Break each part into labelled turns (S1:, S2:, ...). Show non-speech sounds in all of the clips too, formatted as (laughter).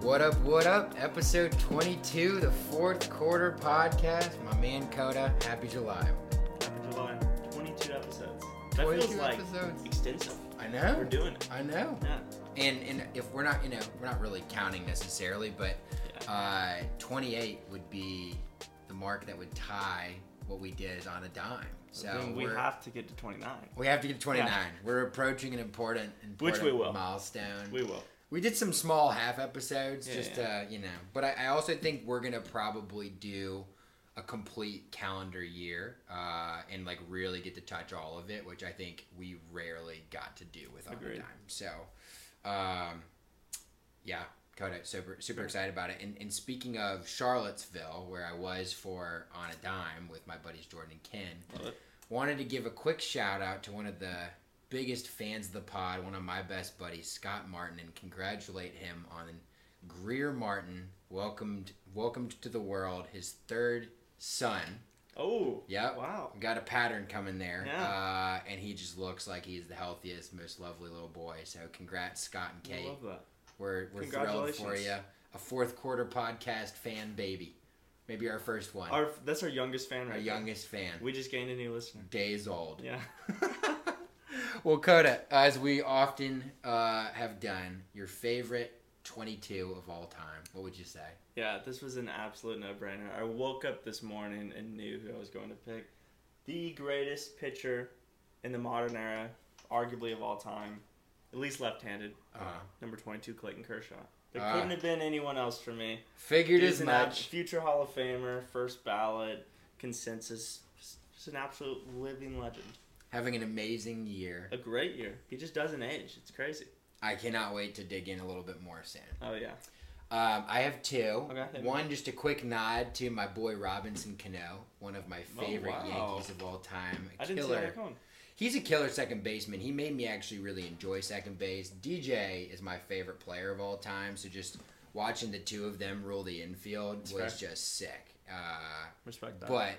S1: What up, what up? Episode 22, the fourth quarter podcast. My man Coda, happy July.
S2: Happy July. 22 episodes. That
S1: 22
S2: feels like
S1: episodes.
S2: extensive.
S1: I know.
S2: We're doing it.
S1: I know.
S2: Yeah.
S1: And and if we're not, you know, we're not really counting necessarily, but uh, 28 would be the mark that would tie what we did on a dime. So
S2: Then we
S1: we're-
S2: have to get to 29.
S1: we have to get to 29. We're approaching an important,
S2: Which
S1: important
S2: we will.
S1: milestone.
S2: We will.
S1: We did some small half episodes,
S2: Yeah,
S1: just
S2: yeah.
S1: uh, you know. But I, I also think we're gonna probably do a complete calendar year uh, and like really get to touch all of it, which I think we rarely got to do with all the
S2: Agreed.
S1: time. So, um, yeah, Coda, super super excited about it. And, and speaking of Charlottesville, where I was for on a dime with my buddies Jordan and Ken,
S2: Love it.
S1: wanted to give a quick shout out to one of the biggest fans of the pod, one of my best buddies, Scott Martin, and congratulate him on Greer Martin welcomed welcomed to the world his third son.
S2: Oh.
S1: Yep.
S2: Wow.
S1: Got a pattern coming there.
S2: Yeah.
S1: Uh, and he just looks like he's the healthiest, most lovely little boy. So congrats, Scott and
S2: I
S1: Kate.
S2: love that.
S1: We're, we're thrilled for
S2: Congratulations.
S1: you. A fourth quarter podcast fan baby. Maybe our first one. Our,
S2: Our that's our youngest fan right. there.
S1: youngest fan.
S2: We just gained a new listener.
S1: Days old.
S2: (laughs) Yeah.
S1: Well, Coda, as we often uh, have done, your favorite 22 of all time. What would you say?
S2: yeah. This was an absolute no-brainer. I woke up this morning and knew who I was going to pick. The greatest pitcher in the modern era, arguably of all time, at least left-handed.
S1: Uh,
S2: Number 22, Clayton Kershaw. There
S1: Ah.
S2: couldn't have been anyone else for me.
S1: figured
S2: Dude's
S1: as
S2: an ab-
S1: much.
S2: future Hall of Famer, first ballot, consensus. Just just an absolute living legend.
S1: Having an amazing year.
S2: A great year. He just doesn't age. It's crazy.
S1: I cannot wait to dig in a little bit more, Sam.
S2: Oh yeah.
S1: Um, I have two.
S2: Okay, hit me.
S1: One, just a quick nod to my boy Robinson Cano, one of my
S2: Oh,
S1: favorite
S2: wow.
S1: Yankees of all time. A
S2: I didn't see
S1: killer.
S2: that coming.
S1: He's a killer second baseman. He made me actually really enjoy second base. DJ is my favorite player of all time. So just watching the two of them rule the infield
S2: That's
S1: was
S2: fair.
S1: just sick. Uh,
S2: Respect that.
S1: but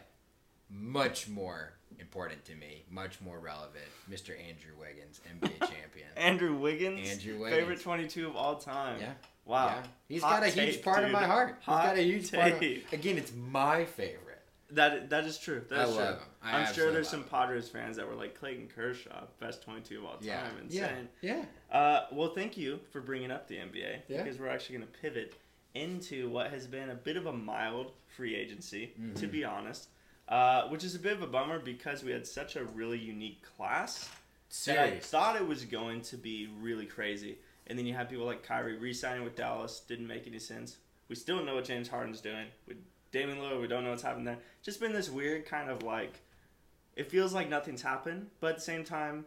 S1: much more important to me, much more relevant, Mr. Andrew Wiggins, NBA (laughs) champion.
S2: Andrew Wiggins.
S1: Andrew Wiggins.
S2: Favorite twenty-two of all time.
S1: Yeah.
S2: Wow.
S1: Yeah. He's
S2: Hot
S1: got a huge
S2: take,
S1: part of
S2: dude.
S1: my heart. He's
S2: Hot
S1: got a huge part. Of,
S2: take.
S1: again, it's my favorite.
S2: That that is true. That
S1: I
S2: is true.
S1: love him. I
S2: I'm sure
S1: absolutely
S2: there's
S1: love
S2: some
S1: him.
S2: Padres fans that were like Clayton Kershaw, best 22 of all time.
S1: Yeah.
S2: Insane.
S1: Yeah. Yeah.
S2: Uh, well, thank you for bringing up the NBA
S1: Yeah.
S2: because we're actually going to pivot into what has been a bit of a mild free agency, to be honest, uh, which is a bit of a bummer because we had such a really unique class. that I
S1: Serious.
S2: thought it was going to be really crazy. And then you have people like Kyrie re signing with Dallas, didn't make any sense. We still don't know what James Harden's doing. With Damian Lillard, we don't know what's happening there. Just been this weird kind of like, it feels like nothing's happened, but at the same time,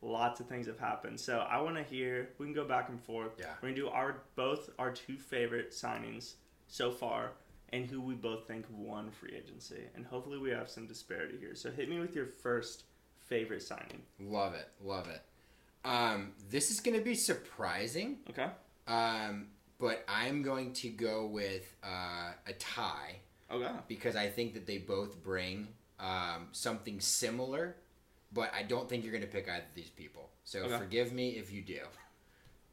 S2: lots of things have happened. So I want to hear, we can go back and forth.
S1: Yeah.
S2: We're going to do our both our two favorite signings so far and who we both think won free agency. And hopefully we have some disparity here. So hit me with your first favorite signing.
S1: Love it. Love it. Um, this is going to be surprising,
S2: Okay.
S1: um, but I'm going to go with uh, a tie
S2: Okay.
S1: because I think that they both bring um, something similar, but I don't think you're going to pick either of these people. So
S2: Okay.
S1: forgive me if you do.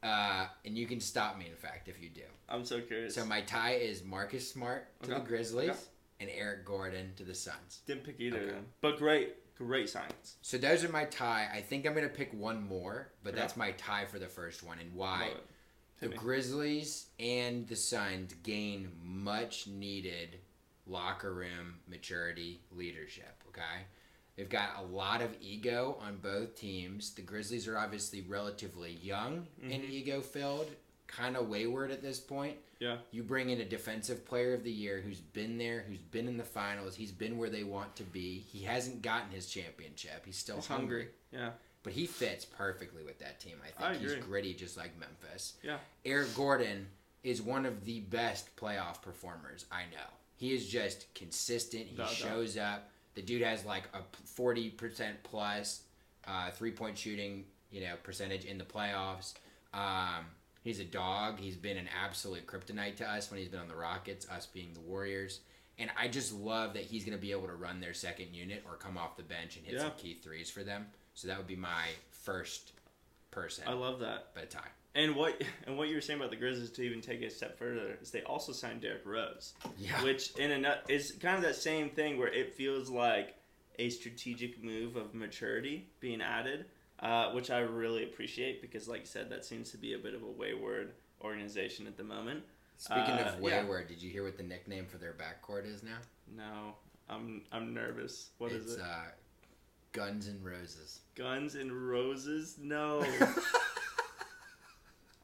S1: Uh, and you can stop me, in fact, if you do.
S2: I'm so curious.
S1: So my tie is Marcus Smart to the
S2: Okay.
S1: Grizzlies
S2: Okay.
S1: and Eric Gordon to the Suns.
S2: Didn't pick either
S1: Okay.
S2: of them. But great, great science.
S1: So those are my tie. I think I'm gonna pick one more, but
S2: Okay.
S1: that's my tie for the first one. And why?
S2: Love it.
S1: The
S2: Hit me.
S1: Grizzlies and the Suns gain much needed locker room maturity leadership. Okay. They've got a lot of ego on both teams. The Grizzlies are obviously relatively young and
S2: Mhm.
S1: ego filled, kind of wayward at this point.
S2: Yeah.
S1: You bring in a defensive player of the year who's been there, who's been in the finals, he's been where they want to be. He hasn't gotten his championship. He's still
S2: He's
S1: hungry.
S2: hungry. Yeah.
S1: But he fits perfectly with that team. I think
S2: I
S1: he's
S2: agree.
S1: gritty just like Memphis.
S2: Yeah.
S1: Eric Gordon is one of the best playoff performers I know. He is just consistent. He
S2: No doubt.
S1: shows up. The dude has like a 40% plus uh, three point shooting, you know, percentage in the playoffs. Um, he's a dog. He's been an absolute kryptonite to us when he's been on the Rockets, us being the Warriors. And I just love that he's going to be able to run their second unit or come off the bench and hit some key threes for them. So that would be my first person,
S2: I love that.
S1: but a tie.
S2: And what (laughs) and what you were saying about the Grizzlies to even take it a step further is they also signed Derrick Rose,
S1: Yeah.
S2: which in a nut- is kind of that same thing where it feels like a strategic move of maturity being added, uh, which I really appreciate because, like you said, that seems to be a bit of a wayward organization at the moment.
S1: Speaking
S2: Uh,
S1: of
S2: yeah.
S1: wayward, did you hear what the nickname for their backcourt is now?
S2: No, I'm I'm nervous. What is
S1: it's
S2: it?
S1: Uh, Guns and Roses.
S2: Guns and Roses?
S1: (laughs)
S2: No.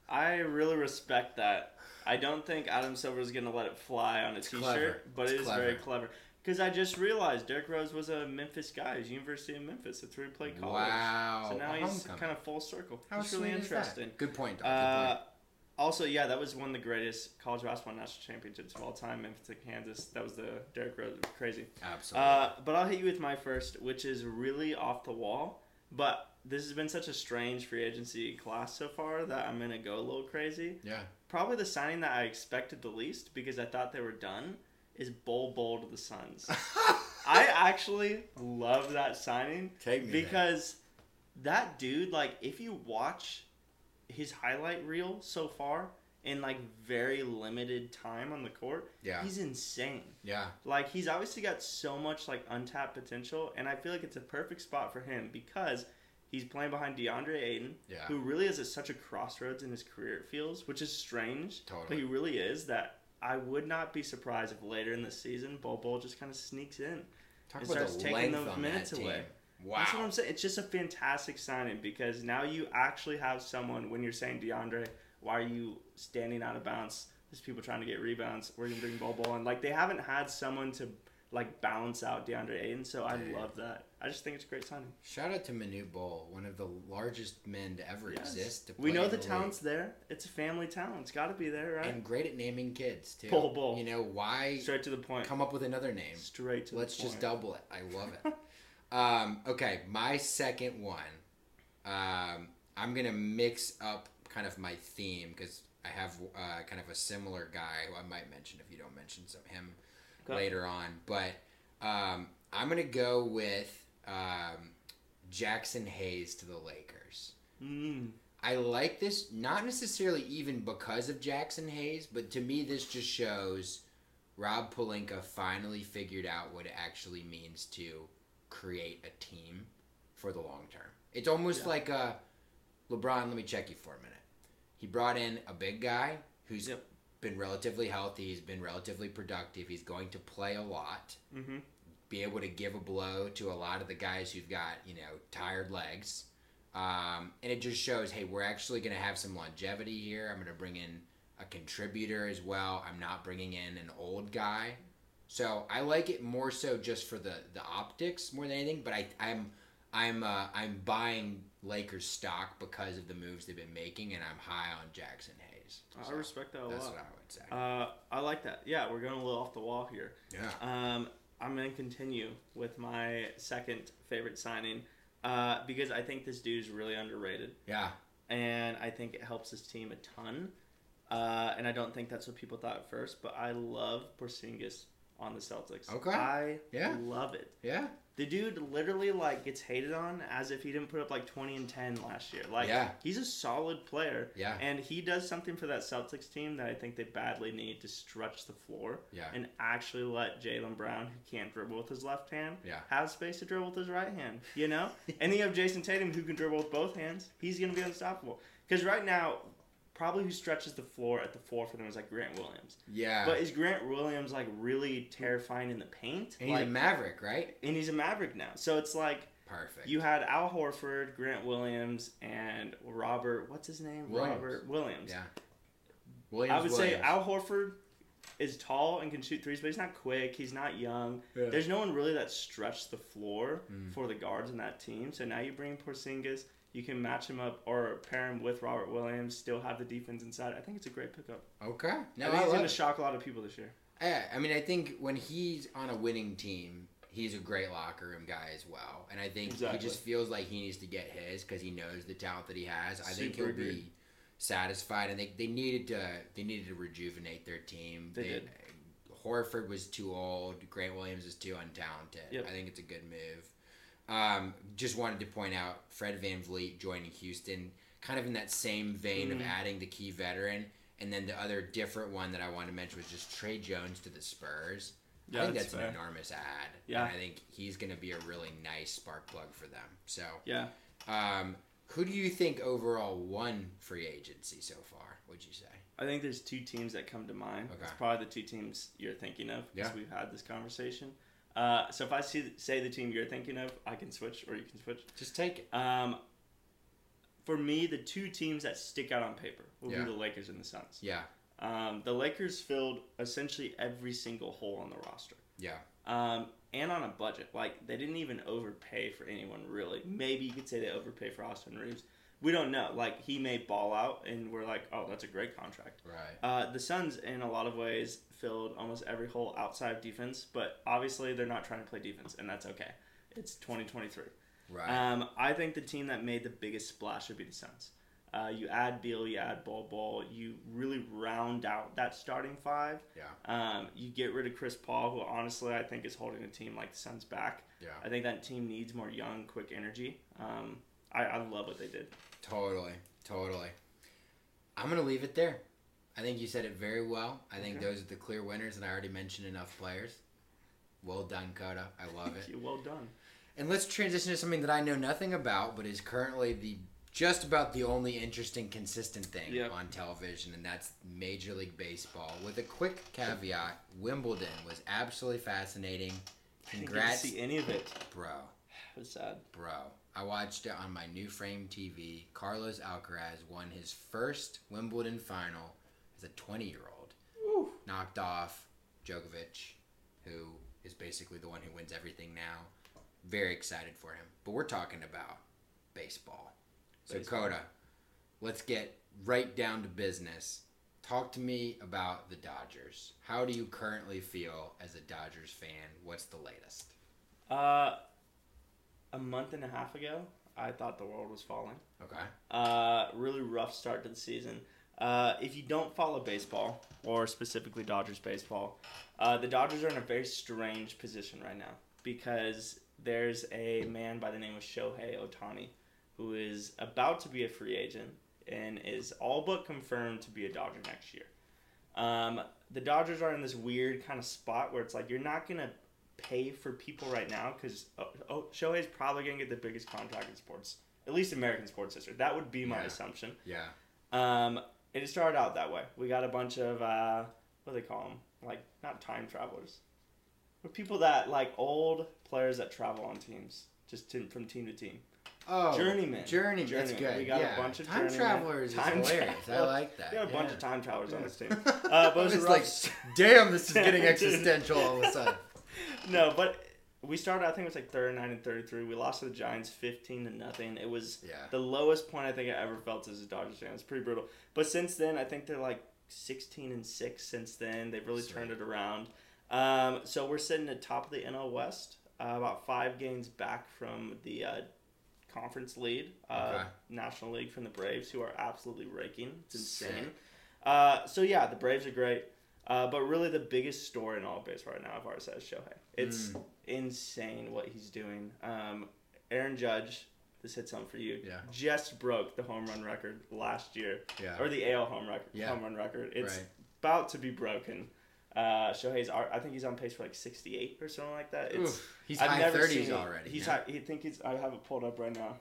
S2: I really respect that. I don't think Adam Silver is going to let it fly on a t-shirt,
S1: clever.
S2: but
S1: It's
S2: it is very
S1: clever.
S2: clever. Because I just realized Derrick Rose was a Memphis guy. He's University of Memphis. That's where he played college.
S1: wow.
S2: So now he's
S1: Homecoming.
S2: kind of full circle.
S1: How
S2: it's really
S1: sweet is that?
S2: interesting.
S1: Good point. Doc. Good
S2: Uh,
S1: point.
S2: also, yeah, that was one of the greatest college basketball national championships of all time, Memphis to Kansas. That was the Derrick Rose. Crazy.
S1: Absolutely.
S2: Uh, but I'll hit you with my first, which is really off the wall. But this has been such a strange free agency class so far that I'm gonna go a little crazy.
S1: yeah.
S2: (laughs) Probably the signing that I expected the least because I thought they were done is Bull Bull to
S1: (laughs)
S2: the Suns. I actually love that signing
S1: Take me there.
S2: because that dude, like, if you watch his highlight reel so far in like very limited time on the court,
S1: Yeah.
S2: he's insane.
S1: Yeah.
S2: Like he's obviously got so much like untapped potential, and I feel like it's a perfect spot for him because he's playing behind DeAndre Ayton,
S1: Yeah.
S2: who really is at such a crossroads in his career. It feels, which is strange, but
S1: Totally.
S2: he really is. That I would not be surprised if later in the season, Bol Bol just kind of sneaks in.
S1: Talk
S2: and
S1: about
S2: starts
S1: the
S2: taking
S1: length
S2: those
S1: on
S2: minutes
S1: that
S2: away.
S1: team. Wow.
S2: That's what I'm saying. It's just a fantastic signing because now you actually have someone. When you're saying DeAndre, why are you standing out of bounds? There's people trying to get rebounds. We're gonna bring Bol Bol in. Like they haven't had someone to like balance out DeAndre Ayton. So I
S1: Dude.
S2: love that. I just think it's a great signing.
S1: Shout out to Manu Bowl, one of the largest men to ever
S2: Yes.
S1: exist. To
S2: We
S1: play
S2: know
S1: in
S2: the
S1: league.
S2: talent's there. It's a family talent. It's got to be there, right?
S1: and great at naming kids too.
S2: Bull Bull.
S1: You know why
S2: Straight to the point.
S1: come up with another name?
S2: Straight to
S1: Let's
S2: the point.
S1: just double it. I love
S2: (laughs)
S1: it. um, okay, my second one. Um, I'm gonna mix up kind of my theme because I have uh, kind of a similar guy who I might mention if you don't mention some him
S2: Okay.
S1: later on. But um, I'm gonna go with um, Jackson Hayes to the Lakers.
S2: Mm.
S1: I like this not necessarily even because of Jackson Hayes, but to me this just shows Rob Palinka finally figured out what it actually means to create a team for the long term. It's almost
S2: Yeah.
S1: like a LeBron, let me check you for a minute. He brought in a big guy who's
S2: Yep.
S1: been relatively healthy, he's been relatively productive, he's going to play a lot,
S2: Mm-hmm.
S1: be able to give a blow to a lot of the guys who've got, you know, tired legs. Um, and it just shows, hey, we're actually going to have some longevity here. I'm going to bring in a contributor as well. I'm not bringing in an old guy. So I like it more so just for the the optics more than anything. But I I'm I'm uh, I'm buying Lakers stock because of the moves they've been making, and I'm high on Jackson Hayes.
S2: I
S1: So
S2: respect that a
S1: that's
S2: lot.
S1: what I would say.
S2: Uh, I like that. Yeah, we're going a little off the wall here.
S1: yeah.
S2: Um, I'm going to continue with my second favorite signing uh, because I think this dude is really underrated
S1: Yeah.
S2: and I think it helps his team a ton. Uh, and I don't think that's what people thought at first, but I love Porzingis on the Celtics.
S1: Okay.
S2: I
S1: Yeah.
S2: love it.
S1: Yeah.
S2: The dude literally like gets hated on as if he didn't put up like 20 and 10 last year. Like
S1: Yeah.
S2: he's a solid player.
S1: Yeah.
S2: And he does something for that Celtics team that I think they badly need to stretch the floor
S1: Yeah.
S2: and actually let Jalen Brown, who can't dribble with his left hand,
S1: Yeah.
S2: have space to dribble with his right hand. You know, and then you have Jason Tatum, who can dribble with both hands. He's gonna be unstoppable. Because right now, probably who stretches the floor at the four for them is like Grant Williams.
S1: (laughs) Yeah.
S2: But is Grant Williams like really terrifying in the paint?
S1: and he's
S2: Like-
S1: a Maverick, right?
S2: and he's a Maverick now. So it's like
S1: Perfect.
S2: you had Al Horford, Grant Williams, and Robert. What's his name?
S1: Williams.
S2: Robert Williams.
S1: yeah. Williams.
S2: I would say
S1: Williams.
S2: Al Horford is tall and can shoot threes, but he's not quick. He's not young.
S1: Yeah.
S2: There's no one really that stretched the floor
S1: Mm.
S2: for the guards in that team. So now you bring Porzingis. You can match him up or pair him with Robert Williams. Still have the defense inside. I think it's a great pickup.
S1: okay. No, I,
S2: I think he's
S1: love
S2: going
S1: it.
S2: to shock a lot of people this year.
S1: Yeah, I mean, I think when he's on a winning team, he's a great locker room guy as well. And I think
S2: Exactly.
S1: he just feels like he needs to get his because he knows the talent that he has. I think
S2: Super
S1: he'll
S2: agree.
S1: be satisfied. And they, they needed to they needed to rejuvenate their team.
S2: They did.
S1: Horford was too old. Grant Williams is too untalented.
S2: Yep.
S1: I think it's a good move. Um, just wanted to point out Fred Van Vliet joining Houston kind of in that same vein of
S2: Mhm.
S1: adding the key veteran. And then the other different one that I wanted to mention was just Trey Jones to the Spurs. I
S2: Yeah,
S1: think
S2: that's
S1: that's,
S2: fair.
S1: an enormous ad.
S2: Yeah.
S1: And I think he's going to be a really nice spark plug for them. So,
S2: Yeah.
S1: um, who do you think overall won free agency so far, would you say?
S2: I think there's two teams that come to mind.
S1: Okay.
S2: It's probably the two teams you're thinking of because
S1: Yeah.
S2: we've had this conversation. Uh, so if I see, say the team you're thinking of, I can switch or you can switch.
S1: Just take it.
S2: Um, for me, the two teams that stick out on paper will
S1: Yeah.
S2: be the Lakers and the Suns.
S1: Yeah.
S2: Um, the Lakers filled essentially every single hole on the roster.
S1: Yeah.
S2: Um, and on a budget. Like, they didn't even overpay for anyone, really. Maybe you could say they overpay for Austin Reeves. We don't know. Like, he may ball out, and we're like, oh, that's a great contract.
S1: Right.
S2: Uh, the Suns, in a lot of ways, filled almost every hole outside of defense, but obviously they're not trying to play defense, and that's okay. It's 2023.
S1: Right.
S2: Um, I think the team that made the biggest splash would be the Suns. Uh, you add Beal, you add Ball Ball, you really round out that starting five.
S1: Yeah.
S2: Um, you get rid of Chris Paul, who honestly I think is holding a team like the Suns back.
S1: yeah.
S2: I think that team needs more young, quick energy. Um, I, I love what they did.
S1: Totally. Totally. I'm going to leave it there. I think you said it very well. I think
S2: Okay.
S1: those are the clear winners, and I already mentioned enough players. Well done, Coda. I love it.
S2: Thank you. (laughs) Well done.
S1: And let's transition to something that I know nothing about, but is currently the just about the only interesting, consistent thing
S2: Yeah.
S1: on television, and that's Major League Baseball. With a quick caveat, Wimbledon was absolutely fascinating. Congrats,
S2: I didn't get to see any of it.
S1: bro,
S2: It was sad.
S1: bro. I watched it on my new frame TV. Carlos Alcaraz won his first Wimbledon final as a 20 year old,
S2: Woo.
S1: knocked off Djokovic, who is basically the one who wins everything now. Very excited for him. But we're talking about baseball. So,
S2: Baseball.
S1: Coda, let's get right down to business. Talk to me about the Dodgers. How do you currently feel as a Dodgers fan? What's the latest?
S2: Uh, a month and a half ago, I thought the world was falling.
S1: Okay.
S2: Uh, really rough start to the season. Uh, if you don't follow baseball, or specifically Dodgers baseball, uh, the Dodgers are in a very strange position right now because there's a man by the name of Shohei Otani who is about to be a free agent and is all but confirmed to be a Dodger next year. Um, the Dodgers are in this weird kind of spot where it's like you're not going to pay for people right now because oh, oh, Shohei's probably going to get the biggest contract in sports, at least American sports history. That would be my
S1: Yeah.
S2: assumption.
S1: Yeah.
S2: Um, and it started out that way. We got a bunch of uh, what do they call them? Like not time travelers, but people that like old players that travel on teams, just to, from team to team.
S1: Oh,
S2: Journeyman.
S1: Journeyman. That's
S2: Journeyman.
S1: good.
S2: We got a
S1: yeah.
S2: bunch of
S1: time
S2: journeymen.
S1: travelers.
S2: Time
S1: is hilarious.
S2: travelers.
S1: I like that.
S2: We got a bunch
S1: yeah.
S2: of time travelers
S1: (laughs)
S2: on this team.
S1: Yeah.
S2: Uh, but it was
S1: It's
S2: a
S1: like,
S2: rough-
S1: damn, this
S2: (laughs)
S1: is getting
S2: Dude.
S1: existential all of a sudden.
S2: no, but we started. I think it was like thirty nine and thirty three. We lost to the Giants fifteen to nothing. It was
S1: Yeah.
S2: the lowest point I think I ever felt as a Dodgers fan. It's pretty brutal. But since then, I think they're like 16 and 6 since then. They've really
S1: Sweet.
S2: turned it around. Um, so we're sitting at top of the NL West, uh, about five games back from the uh, conference lead, uh,
S1: Okay.
S2: National League from the Braves, who are absolutely raking. It's insane.
S1: Sick.
S2: Uh, so yeah, the Braves are great. Uh, but really, the biggest story in all of baseball right now, I've already said, is Shohei. It's
S1: Hmm.
S2: insane what he's doing. Um, Aaron Judge, this hits home for you.
S1: Yeah.
S2: Just broke the home run record last year,
S1: Yeah.
S2: or the AL home record.
S1: Yeah.
S2: Home run record. It's
S1: Right.
S2: about to be broken. Uh, Shohei's, ar- I think he's on pace for like 68 or something like that. It's,
S1: Oof, he's
S2: I've
S1: high
S2: never
S1: 30s
S2: seen-
S1: already.
S2: He's
S1: yeah.
S2: high, he think he's. I have it pulled up right now.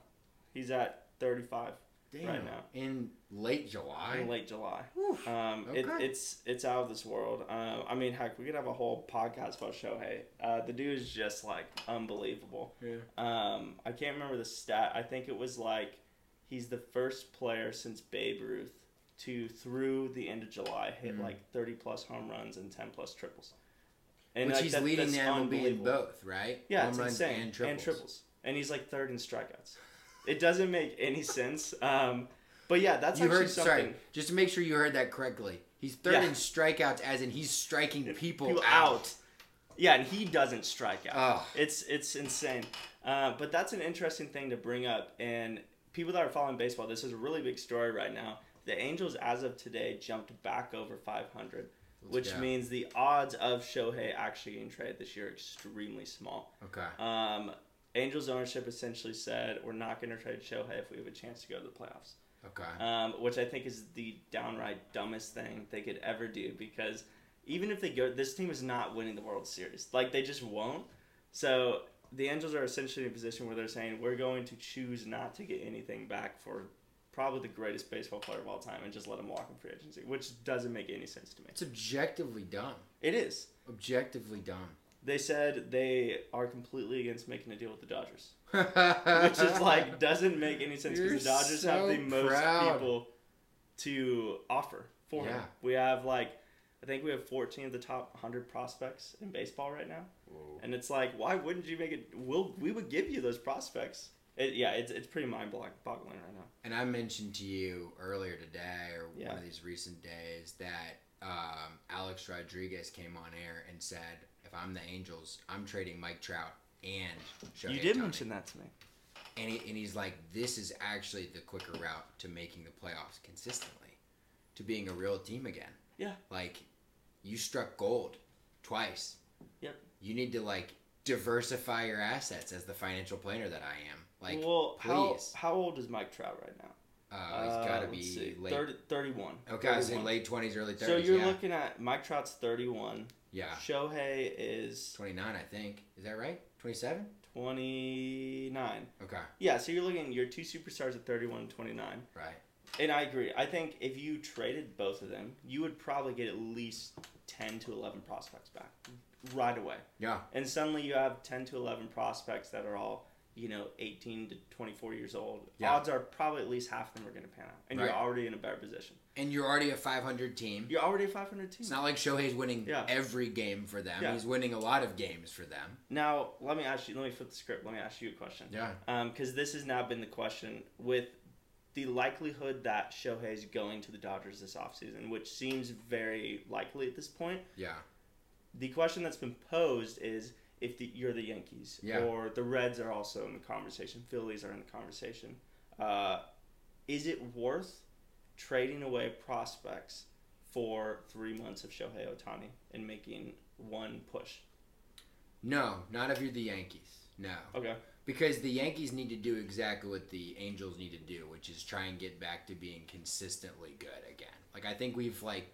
S2: He's at 35
S1: Damn.
S2: right now.
S1: In late July.
S2: in late July.
S1: Oof.
S2: Um, it,
S1: Okay.
S2: it's it's out of this world. Um, I mean, heck, we could have a whole podcast about Shohei. Uh, the dude is just like unbelievable.
S1: Yeah.
S2: Um, I can't remember the stat. I think it was like he's the first player since Babe Ruth to through the end of July hit
S1: Mhm.
S2: like thirty plus home runs and ten plus triples.
S1: Which
S2: like,
S1: he's
S2: that-
S1: leading
S2: that's
S1: the MLB in
S2: unbelievable.
S1: both, right?
S2: Yeah,
S1: Home
S2: it's
S1: runs
S2: insane.
S1: and triples.
S2: And he's like third in strikeouts. It doesn't make any sense. Um, but yeah, that's
S1: you
S2: actually
S1: heard,
S2: something.
S1: sorry, just to make sure you heard that correctly. He's third
S2: Yeah.
S1: in strikeouts, as in he's striking people,
S2: people
S1: out.
S2: Yeah, and he doesn't strike out.
S1: Oh,
S2: It's it's insane. Uh, but that's an interesting thing to bring up. And people that are following baseball, this is a really big story right now. The Angels, as of today, jumped back over 500, which
S1: go.
S2: means the odds of Shohei actually getting traded this year are extremely small.
S1: okay.
S2: Um, Angels ownership essentially said, "We're not going to trade Shohei if we have a chance to go to the playoffs."
S1: Okay.
S2: um, which I think is the downright dumbest thing they could ever do because even if they go, this team is not winning the World Series. Like they just won't. So the Angels are essentially in a position where they're saying we're going to choose not to get anything back for probably the greatest baseball player of all time and just let him walk in free agency, which doesn't make any sense to me.
S1: It's objectively dumb.
S2: It is.
S1: Objectively dumb.
S2: They said they are completely against making a deal with the Dodgers. which is like (laughs) doesn't make any sense
S1: You're
S2: because the Dodgers
S1: so
S2: have the most
S1: proud.
S2: people to offer for him.
S1: Yeah.
S2: We have like I think we have 14 of the top 100 prospects in baseball right now,
S1: Whoa.
S2: and it's like why wouldn't you make it? We'll we would give you those prospects. It, yeah, it's it's pretty mind boggling right now.
S1: (laughs) And I mentioned to you earlier today or
S2: Yeah.
S1: one of these recent days that um, Alex Rodriguez came on air and said, "If I'm the Angels, I'm trading Mike Trout and Shohei
S2: you did
S1: Ohtani."
S2: mention that to me.
S1: and, he, and he's like, this is actually the quicker route to making the playoffs consistently, to being a real team again.
S2: Yeah.
S1: Like, you struck gold twice.
S2: Yep.
S1: You need to like diversify your assets as the financial planner that I am. Like,
S2: well, how
S1: please.
S2: how old is Mike Trout right now?
S1: uh, he's got to
S2: Uh,
S1: be
S2: let's see,
S1: late. Oh,
S2: 30, 31.
S1: okay, I was in
S2: 31.
S1: late twenties, early thirties.
S2: So you're
S1: yeah.
S2: looking at Mike Trout's 31.
S1: yeah,
S2: Shohei is
S1: twenty nine, I think. Is that right? Twenty seven.
S2: 29.
S1: Okay,
S2: Yeah, so you're looking at your two superstars at 31 and 29.
S1: right.
S2: And I agree. I think if you traded both of them, you would probably get at least 10 to 11 prospects back right away.
S1: Yeah,
S2: And suddenly you have 10 to 11 prospects that are all, you know, 18 to 24 years old.
S1: Yeah.
S2: Odds are probably at least half of them are going to pan out. And you're
S1: Right.
S2: already in a better position.
S1: and you're already a five hundred team.
S2: You're already a 500 team.
S1: It's not like Shohei's winning
S2: Yeah.
S1: every game for them.
S2: Yeah.
S1: He's winning a lot of games for them.
S2: Now, let me ask you, let me flip the script. Let me ask you a question.
S1: Yeah.
S2: because Um, this has now been the question with the likelihood that Shohei is going to the Dodgers this offseason, which seems very likely at this point.
S1: Yeah.
S2: The question that's been posed is if the, you're the Yankees
S1: Yeah.
S2: or the Reds are also in the conversation, Phillies are in the conversation. Uh, is it worth trading away prospects for three months of Shohei Otani and making one push?
S1: No, not if you're the Yankees. No.
S2: Okay.
S1: Because the Yankees need to do exactly what the Angels need to do, which is try and get back to being consistently good again. Like I think we've like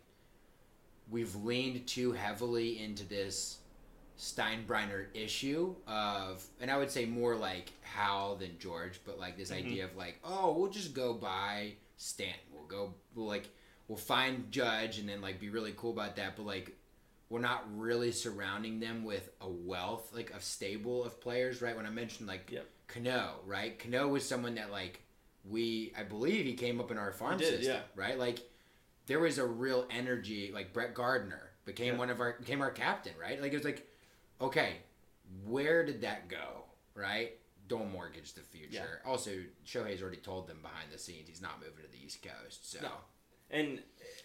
S1: we've leaned too heavily into this Steinbrenner issue of and I would say more like Hal than George, but like this
S2: Mhm.
S1: idea of like, oh, we'll just go by Stanton. We'll go we'll like we'll find Judge and then like be really cool about that, but like we're not really surrounding them with a wealth like a stable of players, right? When I mentioned like
S2: Yep.
S1: Cano, right? Cano was someone that like we I believe he came up in our farm
S2: He did,
S1: system,
S2: yeah.
S1: right? Like there was a real energy. Like Brett Gardner became
S2: Yeah.
S1: one of our became our captain, right? Like it was like, okay, where did that go, right? Don't mortgage the future. Also, Shohei's already told them behind the scenes he's not moving to the East Coast. So
S2: No. And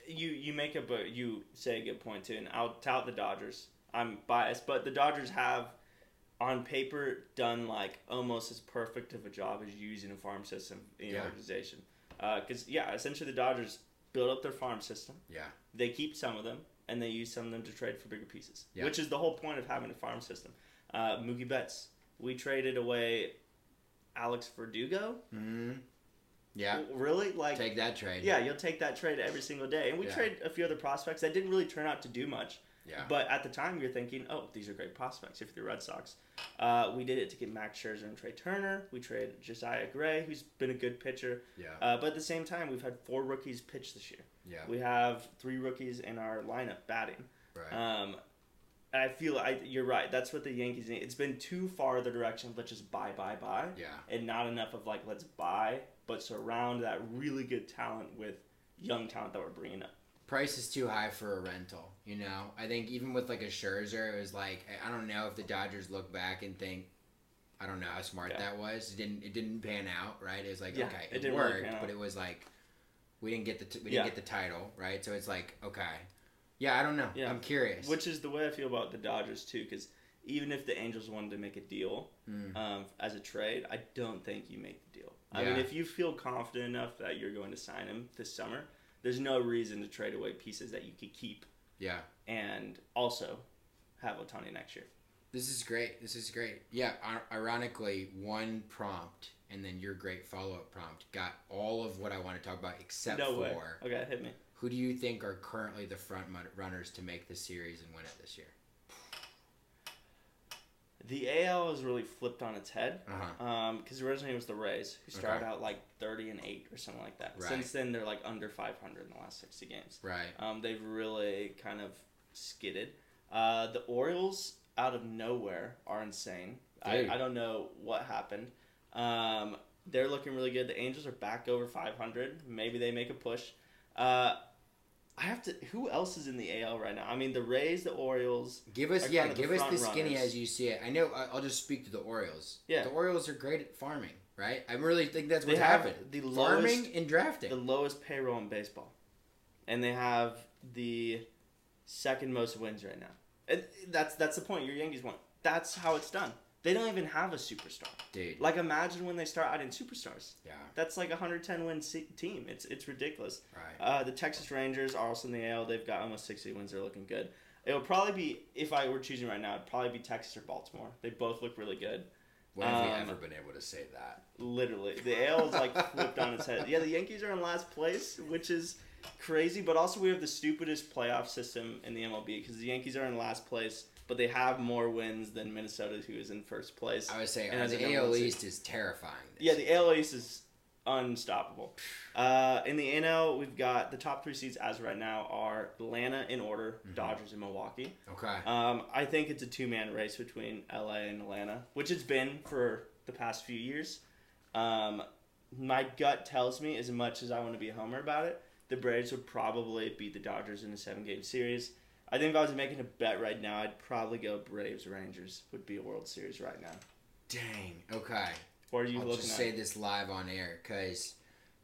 S2: you you make up a you say a good point too, and I'll tout the Dodgers. I'm biased, but the Dodgers have on paper done like almost as perfect of a job as you use in a farm system in an
S1: Yeah.
S2: organization. Because yeah, essentially the Dodgers build up their farm system.
S1: Yeah.
S2: They keep some of them and they use some of them to trade for bigger pieces,
S1: Yeah.
S2: which is the whole point of having a farm system. Uh, Mookie Betts, we traded away Alex Verdugo.
S1: mhm. yeah,
S2: Really, like
S1: take that trade.
S2: yeah, you'll take that trade every single day. And we
S1: Yeah.
S2: trade a few other prospects that didn't really turn out to do much.
S1: yeah,
S2: But at the time, you're thinking, oh, these are great prospects if you're the Red Sox. Uh, we did it to get Max Scherzer and Trey Turner. We traded Josiah Gray, who's been a good pitcher.
S1: yeah,
S2: Uh, but at the same time, we've had four rookies pitch this year.
S1: yeah.
S2: We have three rookies in our lineup batting.
S1: Right.
S2: Um, I feel I, you're right. That's what the Yankees need. It's been too far the direction of let's just buy, buy, buy
S1: yeah.
S2: and not enough of like let's buy but surround that really good talent with young talent that we're bringing up
S1: price is too high for a rental. You know, I think even with like a Scherzer, it was like I- I don't know if the Dodgers look back and think, I don't know how smart
S2: Yeah.
S1: that was. It didn't it didn't pan out, right? It was like
S2: Yeah,
S1: okay,
S2: it
S1: it,
S2: didn't really
S1: worked,
S2: pan out.
S1: but it was like we didn't get the t- we
S2: Yeah.
S1: didn't get the title, right? So it's like okay, yeah, I don't know.
S2: Yeah.
S1: I'm curious.
S2: which is the way i feel about the dodgers too because even if the angels wanted to make a deal
S1: Mm.
S2: um, as a trade i don't think you make the deal i mean
S1: Yeah.
S2: if you feel confident enough that you're going to sign him this summer there's no reason to trade away pieces that you could keep
S1: yeah,
S2: and also have otani next year
S1: This is great. This is great. Yeah, ir- ironically, one prompt and then your great follow up prompt got all of what I want to talk about except
S2: no
S1: for
S2: way. Okay, hit me.
S1: who do you think are currently the front mun- runners to make the series and win it this year?
S2: The AL is really flipped on its head.
S1: Uh huh.
S2: because originally it was Um, the Rays who started
S1: Okay.
S2: out like thirty and eight or something like that.
S1: Right.
S2: Since then, they're like under five hundred in the last sixty games.
S1: Right.
S2: Um, they've really kind of skidded. Uh, the Orioles out of nowhere are insane. I,
S1: Dude.
S2: I don't know what happened. Um, they're looking really good. The Angels are back over five hundred. Maybe they make a push. Uh, I have to. Who else is in the AL right now? I mean, the Rays, the Orioles.
S1: Give us
S2: Are
S1: yeah,
S2: kind of the
S1: give us the
S2: front
S1: skinny
S2: runners.
S1: as you see it. I know. I- I'll just speak to the Orioles.
S2: Yeah.
S1: The Orioles are great at farming, right? I really think that's
S2: They
S1: what's
S2: have
S1: happened.
S2: the lowest
S1: Farming and drafting.
S2: the lowest payroll in baseball, and they have the second most wins right now. And that's that's the point. Your Yankees won. That's how it's done. They don't even have a superstar.
S1: Dude.
S2: Like imagine when they start adding superstars.
S1: Yeah.
S2: That's like a 110 win se- team. It's it's ridiculous.
S1: Right.
S2: Uh, the Texas Rangers are also in the AL. They've got almost 60 wins. They're looking good. It would probably be if I were choosing right now. It'd probably be Texas or Baltimore. They both look really good.
S1: When have we
S2: um,
S1: ever been able to say that?
S2: Literally, the AL is like flipped on its head. Yeah, the Yankees are in last place, which is crazy. But also, we have the stupidest playoff system in the MLB because the Yankees are in last place, but they have more wins than Minnesota, who is in first place.
S1: I would say
S2: And
S1: uh,
S2: as a
S1: the
S2: number one
S1: AL
S2: seed.
S1: East is terrifying. this
S2: Yeah, the AL East is unstoppable. Uh, in the NL, we've got the top three seeds as of right now are Atlanta in order, Dodgers and Milwaukee.
S1: Okay.
S2: Um, I think it's a two man race between LA and Atlanta, which it's been for the past few years. Um, my gut tells me, as much as I want to be a homer about it, the Braves would probably beat the Dodgers in a seven game series. I think if I was making a bet right now, I'd probably go Braves Rangers would be a World Series right now.
S1: Dang. Okay.
S2: What are you
S1: I'll
S2: looking
S1: just
S2: at?
S1: say this live on air because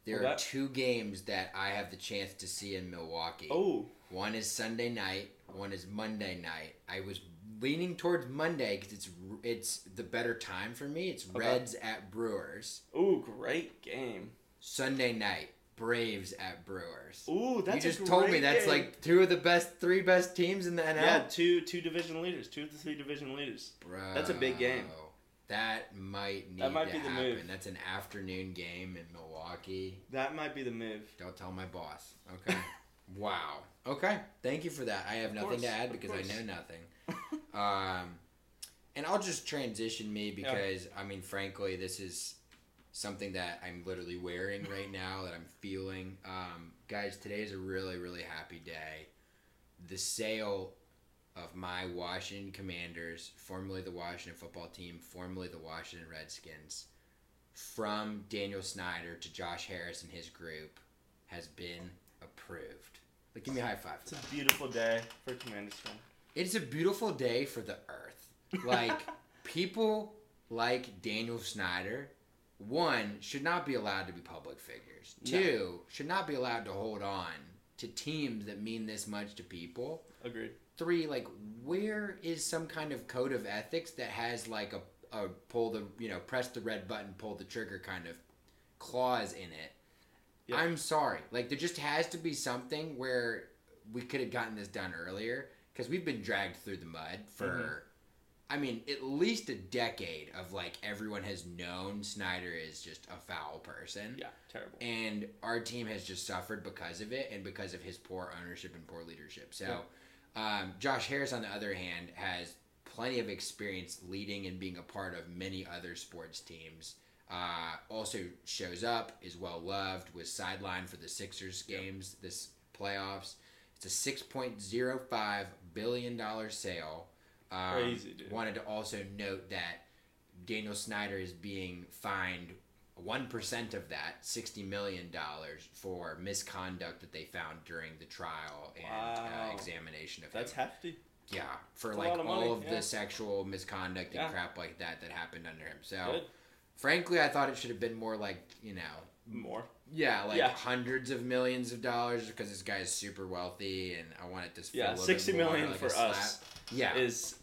S1: there
S2: Well,
S1: are
S2: that-
S1: two games that I have the chance to see in Milwaukee.
S2: oh,
S1: One is Sunday night. One is Monday night. I was leaning towards Monday because it's it's the better time for me. It's Reds at Brewers.
S2: ooh, great game.
S1: Sunday night, Braves at Brewers.
S2: Ooh, that's
S1: you
S2: a
S1: just told me
S2: great
S1: that's
S2: game.
S1: like two of the best, three best teams in the NL.
S2: yeah, two two division leaders, two of the three division leaders.
S1: Bro,
S2: That's a big game.
S1: That might need
S2: might
S1: to
S2: be the
S1: happen.
S2: move.
S1: That's an afternoon game in Milwaukee.
S2: That might be the move.
S1: Don't tell my boss.
S2: (laughs)
S1: Okay. wow. Okay. Thank you for that. I have
S2: Of
S1: nothing
S2: course,
S1: to add
S2: of
S1: because I
S2: course.
S1: know nothing.
S2: (laughs)
S1: um, and I'll just transition me because I mean, frankly, this is something that I'm literally wearing right now that I'm feeling. Um, guys, today is a really, really happy day. The sale of my Washington Commanders, formerly the Washington football team, formerly the Washington Redskins, from Daniel Snyder to Josh Harris and his group has been approved. Like, give me a high five.
S2: It's a beautiful day for Commander Storm.
S1: It's a beautiful day for the earth. Like, people like Daniel Snyder, one, should not be allowed to be public figures.
S2: No.
S1: Two, should not be allowed to hold on to teams that mean this much to people.
S2: Agreed.
S1: Three, like, where is some kind of code of ethics that has, like, a, a pull the, you know, press the red button, pull the trigger kind of clause in it?
S2: Yeah.
S1: I'm sorry. Like, there just has to be something where we could have gotten this done earlier because we've been dragged through the mud for, I mean, at least a decade of like everyone has known Snyder is just a foul person.
S2: Yeah, terrible.
S1: And our team has just suffered because of it and because of his poor ownership and poor leadership. So, um, Josh Harris, on the other hand, has plenty of experience leading and being a part of many other sports teams. Uh, also shows up, is well loved, was sidelined for the Sixers games this playoffs. It's a $6.05 billion sale. Um,
S2: Crazy, dude.
S1: Wanted to also note that Daniel Snyder is being fined one percent of that, sixty million dollars, for misconduct that they found during the trial and
S2: Wow.
S1: uh, examination of
S2: That's
S1: him.
S2: hefty.
S1: yeah, for
S2: a
S1: like
S2: lot of money,
S1: all of
S2: yeah.
S1: the sexual misconduct and
S2: Yeah.
S1: crap like that that happened under him. So,
S2: Good.
S1: frankly, I thought it should have been more like you know,
S2: More.
S1: yeah, like
S2: Yeah.
S1: hundreds of millions of dollars because this guy is super wealthy, and I wanted to feel
S2: Yeah,
S1: a little
S2: sixty
S1: bit more
S2: million
S1: like a
S2: for
S1: slap.
S2: us
S1: Yeah,
S2: is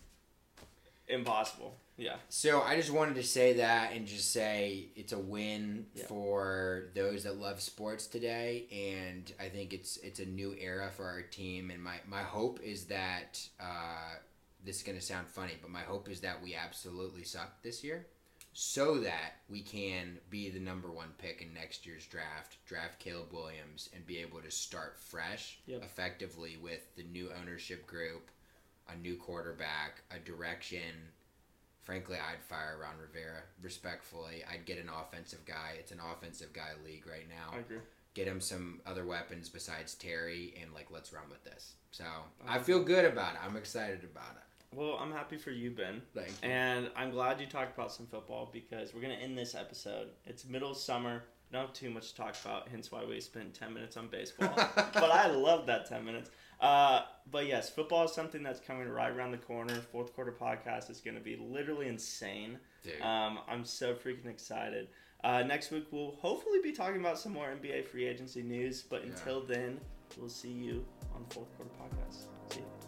S2: impossible. Yeah.
S1: So I just wanted to say that and just say it's a win
S2: Yeah.
S1: for those that love sports today, and I think it's it's a new era for our team. And my my hope is that uh, this is going to sound funny, but my hope is that we absolutely suck this year so that we can be the number one pick in next year's draft, draft Caleb Williams, and be able to start fresh
S2: Yep.
S1: effectively with the new ownership group, a new quarterback, a direction. Frankly, I'd fire Ron Rivera respectfully. I'd get an offensive guy. It's an offensive guy league right now
S2: I agree.
S1: get him some other weapons besides Terry, and like let's run with this. So I
S2: Okay.
S1: feel good about it. I'm excited about it.
S2: Well, I'm happy for you, Ben.
S1: Thank you.
S2: And I'm glad you talked about some football because we're gonna end this episode. It's middle of summer. Don't have too much to talk about, hence why we spent ten minutes
S1: (laughs)
S2: on baseball. (laughs) but I love that ten minutes. Uh, but yes, football is something that's coming right around the corner. Fourth quarter podcast is gonna be literally insane.
S1: Dude,
S2: Um, I'm so freaking excited. Uh, next week we'll hopefully be talking about some more NBA free agency news. But
S1: Yeah.
S2: until then, we'll see you on the fourth quarter podcast. See you.